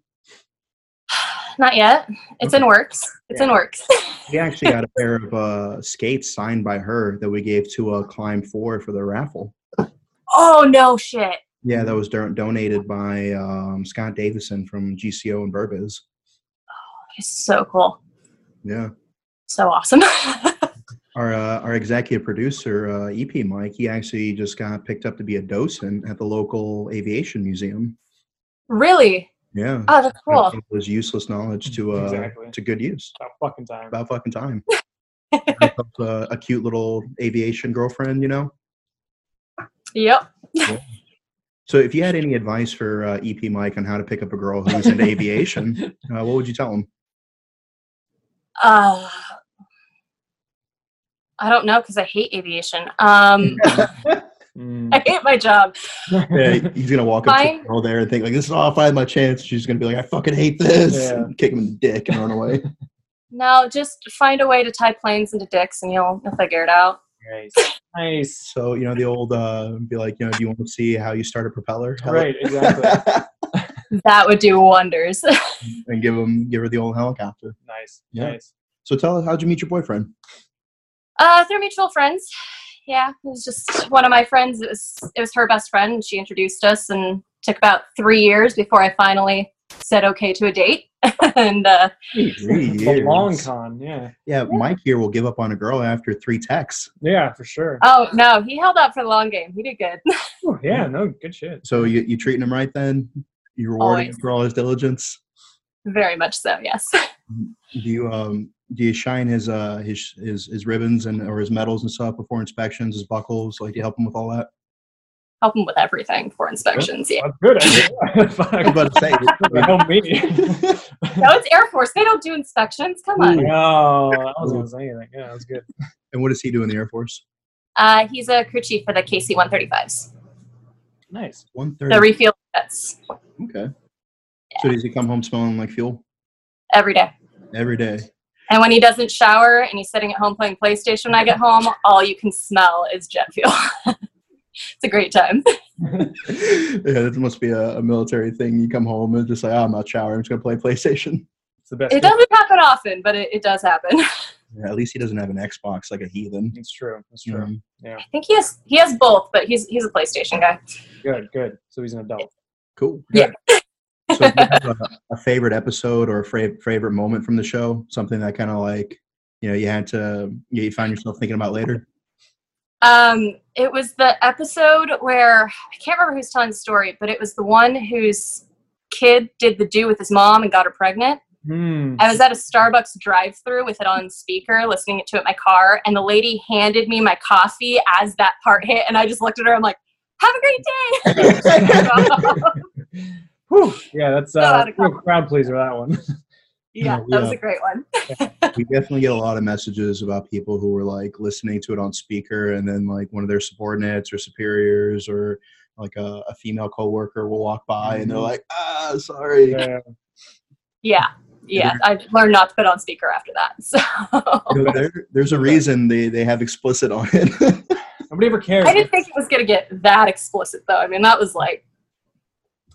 Not yet. It's in works. It's in works.
We actually got a pair of uh, skates signed by her that we gave to uh, Climb Four for the raffle.
oh no, shit.
Yeah, that was don- donated by um, Scott Davison from GCO and Burbiz.
It's so cool.
Yeah.
So awesome.
Our, uh, our executive producer, uh, EP Mike, he actually just got picked up to be a docent at the local aviation museum.
really?
Yeah.
Oh, that's
Gotta
cool.
put His useless knowledge to, uh,
Exactly.
to good use.
About fucking time.
About fucking time. Myself, uh, a cute little aviation girlfriend, you know?
Yep.
So, if you had any advice for uh, EP Mike on how to pick up a girl who's into aviation, uh, what would you tell him?
Uh, I don't know because I hate aviation. Um,
Mm.
I hate my job.
Yeah, he's gonna walk up to
Fine.
the girl there and think like, "This is all if I had my chance." She's gonna be like, "I fucking hate this,"
Yeah.
and kick him in the dick and run away.
No, just find a way to tie planes into dicks, and you'll you'll figure it out.
nice. Nice.
so you know the old uh, be like, you know, do you want to see how you start a propeller? Heli-
Right, exactly.
That would do wonders.
and give him give her the old helicopter.
nice.
Yeah.
Nice.
So tell us, how'd you meet your boyfriend?
Uh, through mutual friends. Yeah, it was just one of my friends. It was it was her best friend, and she introduced us. And took about three years before I finally said okay to a date. and uh,
Three
It's a long
years.
con. Yeah.
Yeah, Mike here will give up on a girl after three texts.
Yeah, for sure.
oh no, he held out for the long game. He did good.
Oh, yeah, no, good shit.
So you you treating him right then? You rewarding him
Always.
for all his diligence?
Very much so. Yes.
Do you um do you shine his uh his his, his ribbons and or his medals and stuff before inspections, his buckles? Like do you help him with all that?
Help him with everything for inspections. Yeah.
That's good. idea.
I was
Fuck.
about to say.
Help me.
No, it's Air Force. They don't do inspections. Come
Hmm.
on.
No, I wasn't gonna say anything. Yeah, Oh, that was good.
and what does he do in the Air Force?
Uh, he's a crew chief for the KC 135s,
Nice.
One
the
thirty.
refuel jets,
Okay. So does he come home smelling like fuel
every day.
every day?
And when he doesn't shower and he's sitting at home playing PlayStation when I get home, all you can smell is jet fuel. it's a great time.
yeah, that must be a, a military thing. You come home and just like, oh, I'm not showering. I'm just gonna play PlayStation.
It's the best.
It doesn't happen often, but it, it does happen.
Yeah, at least he doesn't have an Xbox like a heathen. Um,
It's true. It's
You
true.
know?
I think he has he has both, but he's he's a PlayStation guy.
Good, good. So he's an adult.
Cool.
Yeah.
Good. so, if you have a, a favorite episode or a fra- favorite moment from the show, something that kind of like you know you had to you found yourself thinking about later.
Um, it was the episode where I can't remember who's telling the story, but it was the one whose kid did the do with his mom and got her pregnant.
Hmm.
I was at a Starbucks drive through with it on speaker, listening to it in my car, and the lady handed me my coffee as that part hit, and I just looked at her. I'm like, "Have a great day."
Whew. Yeah, that's
Not
uh,
out of
real
comfort.
crowd pleaser that one.
yeah,
No,
that was
yeah.
a great one.
we definitely get a lot of messages about people who were like listening to it on speaker and then like one of their subordinates or superiors or like a, a female coworker will walk by and they're like ah sorry
Mm-hmm. Yeah.
Yeah, yeah. I learned not to put on speaker after that. So
You know, there- there's a reason they, they have explicit on it
Nobody ever cares.
I didn't think it was gonna get that explicit, though. I mean, that was like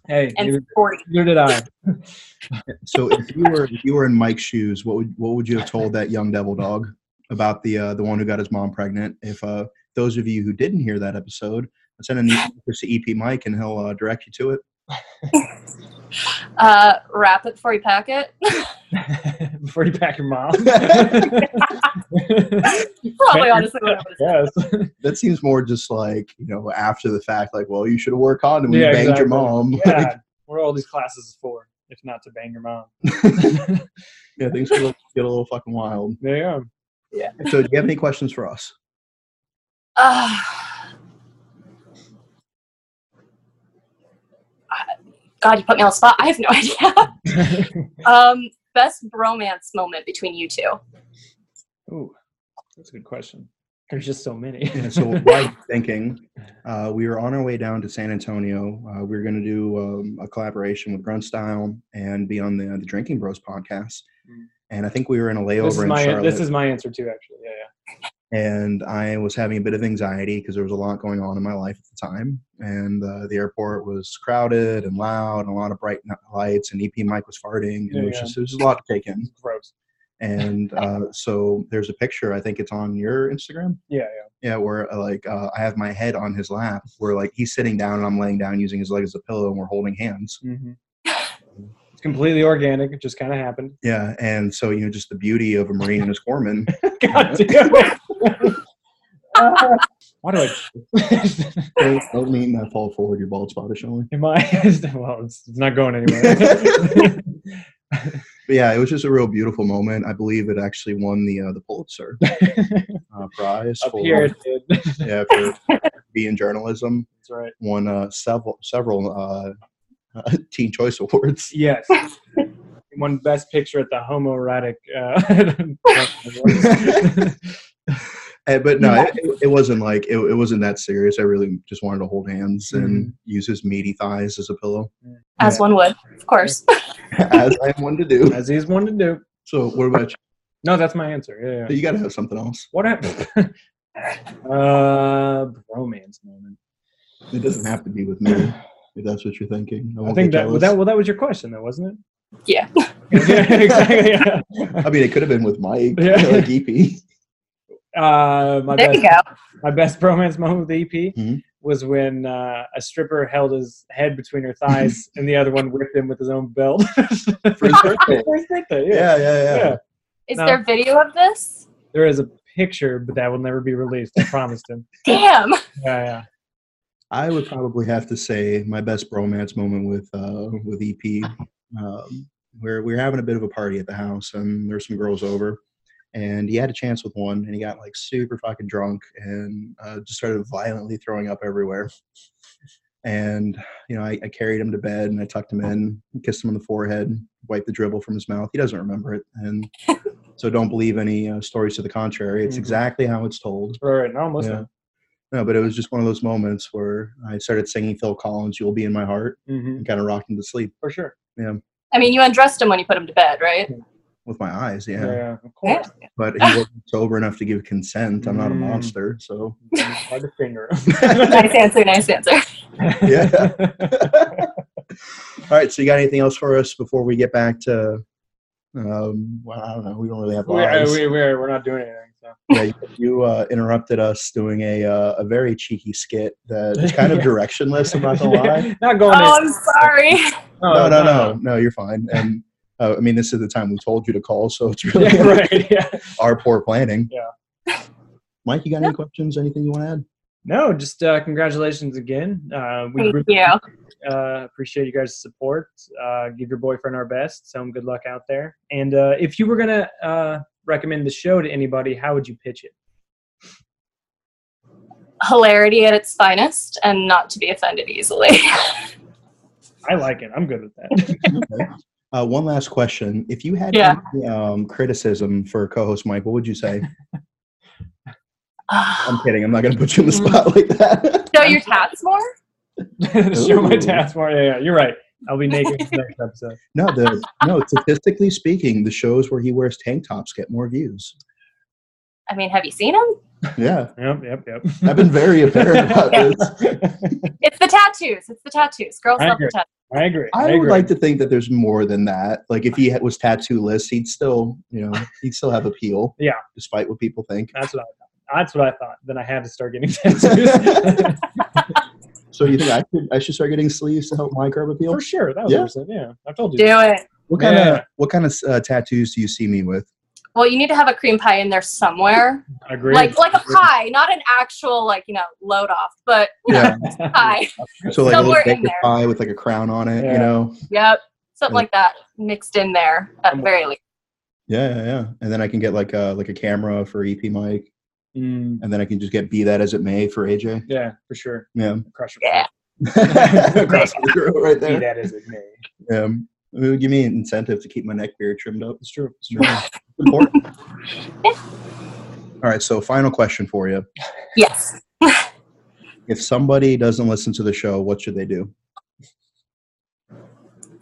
Hey,
and
neither,
forty.
neither did I.
so if you were if you were in mike's shoes what would what would you have told that young devil dog about the uh, the one who got his mom pregnant if uh those of you who didn't hear that episode send an email to ep mike and he'll uh, direct you to it
Uh, wrap it before you pack it.
Before you pack your mom.
Probably honestly what I would have said.
yes.
that seems more just like you know after the fact like well you should have wore a condom when
Yeah,
you banged
exactly.
your mom
Yeah. What are all these classes for if not to bang your mom?
yeah things get a, little, get a little fucking wild
There you are.
so do you have any questions for us
Uh, God, you put me on the spot. I have no idea. um, best bromance moment between you two.
Ooh, that's a good question. There's just so many.
Yeah, so while you're thinking uh, we were on our way down to san antonio uh, we were going to do um, a collaboration with grunt style and be on the, the drinking bros podcast
Mm.
and i think we were in a layover
this is
in
my
charlotte
this is my answer too. Actually, yeah,
and I was having a bit of anxiety because there was a lot going on in my life at the time, and uh, the airport was crowded and loud, and a lot of bright n- lights, and EP Mike was farting, and it was
Yeah.
just there's a lot to take in.
yeah. gross.
And uh, so there's a picture, I think it's on your Instagram,
Yeah,
yeah, where uh, like uh, I have my head on his lap, where like he's sitting down and I'm laying down using his leg as a pillow, and we're holding hands.
yeah. hmm It's completely organic. It just kind of happened.
Yeah, and so you know just the beauty of a Marine and his corpsman.
God damn it. Uh, why do I?
don't, don't mean that fall forward, your bald spot is showing.
Am I? Well, it's, it's not going anywhere.
But yeah, it was just a real beautiful moment. I believe it actually won the uh, the Pulitzer uh, prize
Up
for
here, it did. That's
yeah for being journalism.
right.
Won uh, several several uh, uh, Teen Choice Awards.
Yes. One best picture at the homoerotic. Uh,
Uh, but no, it, it- it wasn't like it, it wasn't that serious. I really just wanted to hold hands
Mm-hmm.
and use his meaty thighs as a pillow,
As one would, of course.
as I am one to do.
as he's one to do.
So what about
No, that's my answer. Yeah. yeah.
you? You got to have something else.
What happened? uh, romance moment.
It doesn't have to be with me. If that's what you're thinking,
I
won't
think
get
that,
jealous.
that well, that was your question, though, wasn't it?
Yeah.
yeah, exactly. Yeah.
I mean, it could have been with Mike,
Yeah.
like E EP.
Uh, my
there
best,
you go.
my best bromance moment with EP
Mhm.
was when uh, a stripper held his head between her thighs, and the other one whipped him with his own belt
For his birthday.
For his birthday,
yeah, yeah,
Yeah.
yeah.
Yeah.
Is
No.
there video of this?
There is a picture, but that will never be released. I promised him.
Damn.
Yeah, yeah.
I would probably have to say my best bromance moment with uh, with EP. Um, where we were having a bit of a party at the house, and there's some girls over, and he had a chance with one, and he got like super fucking drunk and uh, just started violently throwing up everywhere. And you know, I, I carried him to bed and I tucked him in, kissed him on the forehead, wiped the dribble from his mouth. He doesn't remember it, and so don't believe any uh, stories to the contrary. It's
Mhm.
exactly how it's told.
All right, no, I'm listening.
No, but it was just one of those moments where I started singing Phil Collins, "You'll Be in My Heart,"
hmm
and kind of rocked him to sleep.
For sure.
I mean, you undressed him when you put him to bed, right?
with my eyes. Yeah,
yeah, of
Yeah.
course.
but he wasn't sober enough to give consent. I'm not a
Mm.
monster, so
Hard to finger.
nice answer. Nice answer.
yeah. All right, so you got anything else for us before we get back to? Um, well, I don't know. We don't really have
we, uh,
lives.
we, we're, we're not doing anything. So.
Yeah, you you, uh, interrupted us doing a uh, a very cheeky skit that is kind of
Yeah.
directionless. I'm not gonna lie.
not going
Oh,
in.
I'm sorry.
Oh,
No, no, no, no. You're fine. And uh, I mean, this is the time we told you to call, so it's really
Yeah, right. Yeah.
our poor planning.
Yeah.
Mike, you got any questions? Anything you want to add?
No, just uh, congratulations again. Uh, we
Thank
really
you.
uh, appreciate you guys' support. Uh, give your boyfriend our best. So good luck out there. And uh, if you were gonna uh, recommend the show to anybody, how would you pitch it?
Hilarity at its finest, and not to be offended easily.
I like it. I'm good with that.
Okay. Uh, one last question. If you had
Yeah.
any, um, criticism for co-host Mike, what would you say? I'm
Um,
Show
kidding. I'm not going to put you in the spot like that.
your tats more.
Show my
Ooh.
tats more. Yeah, yeah, you're right. I'll be naked for the next episode.
no, the no. Statistically speaking, the shows where he wears tank tops get more views.
I mean, have you seen them?
Yeah,
Yep, yep, yep.
I've been very aware about
Yeah.
this.
It's the tattoos. It's the tattoos. Girls
I
love the
agree.
tattoos.
I agree.
I, would
agree.
like to think that there's more than that. Like if he ha- was tattooless, he'd still, you know, he'd still have appeal.
Yeah.
despite what people think.
That's what I thought. That's what I thought. Then I had to start getting tattoos.
So you think I should I should start getting sleeves to help Mike curb appeal?
for sure. That was
Yeah.
yeah. Yeah, I told you.
Do it.
What kind of
Yeah.
what kind of uh, tattoos do you see me with?
Well, you need to have a cream pie in there somewhere,
I agree.
like like a pie, not an actual like you know load off, but you know,
Yeah,
pie.
so like a little
Somewhere in
baker's
there.
pie with like a crown on it, you
Yeah.
know?
Yep, something like that mixed in there at the very least.
Yeah, yeah, yeah. And then I can get like a like a camera for EP Mike,
Mm,
and then I can just get be that as it may for AJ.
yeah, for sure.
Yeah,
Crush your
Yeah,
across the girl right
See
there.
that as it may.
Yeah. um, It would give me an incentive to keep my neck beard trimmed up.
It's true. It's true.
It's important. All right, so final question for you.
yes.
If somebody doesn't listen to the show, what should they do?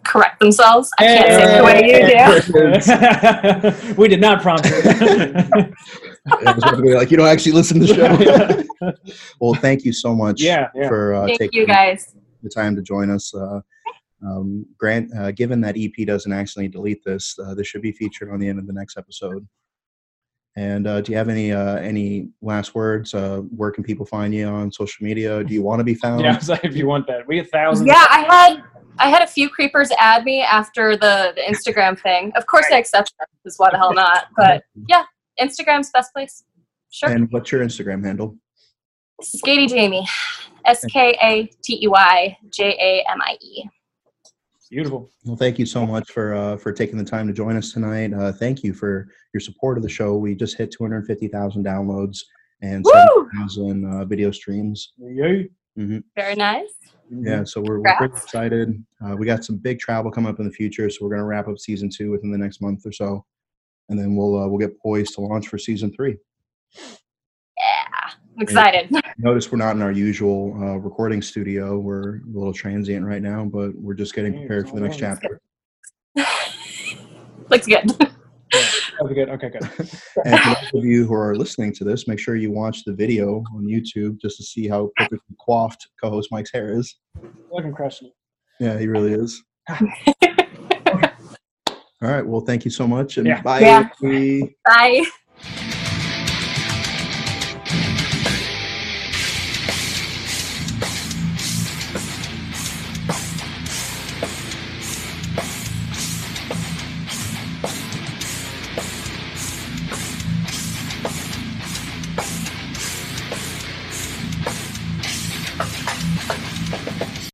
Correct themselves. I can't say it the way you do.
we did not prompt you.
I was about to be like, you don't actually listen to the show. well, thank you so much
yeah, yeah.
for uh,
Thank
taking
you guys.
the time to join us. Uh, um, Grant, uh, given that EP doesn't actually delete this, uh, this should be featured on the end of the next episode. And uh, do you have any uh, any last words? Uh, where can people find you on social media? Do you want to be found?
yeah, I was like, if you want that, we get thousands.
Yeah, I had I had a few creepers add me after the, the Instagram thing. Of course, I accept them because why the hell not? But yeah, Instagram's best place. Sure.
And what's your Instagram handle?
Skatey Jamie. S K A T E Y J A M I E.
Beautiful.
Well, thank you so much for uh, for taking the time to join us tonight. Uh, thank you for your support of the show. We just hit 250,000 downloads and
Woo!
7,000 uh, video streams.
Yay.
Very nice.
Yeah, so we're, we're pretty
Mm-hmm. Congrats.
excited. Uh, we got some big travel coming up in the future, so we're going to wrap up season two within the next month or so, and then we'll uh, we'll get poised to launch for season three.
Yeah. I'm excited.
Notice we're not in our usual uh, recording studio. We're a little transient right now, but we're just getting
Yeah,
prepared
it's
for the next
all right.
chapter.
Looks good.
That was good. Okay, good.
And for those of you who are listening to this, make sure you watch the video on YouTube just to see how perfectly coiffed co-host Mike's hair is.
Fucking crushing it.
Yeah, he really is. All right. Well, thank you so much, and
Yeah.
bye.
Yeah.
everybody.
Bye.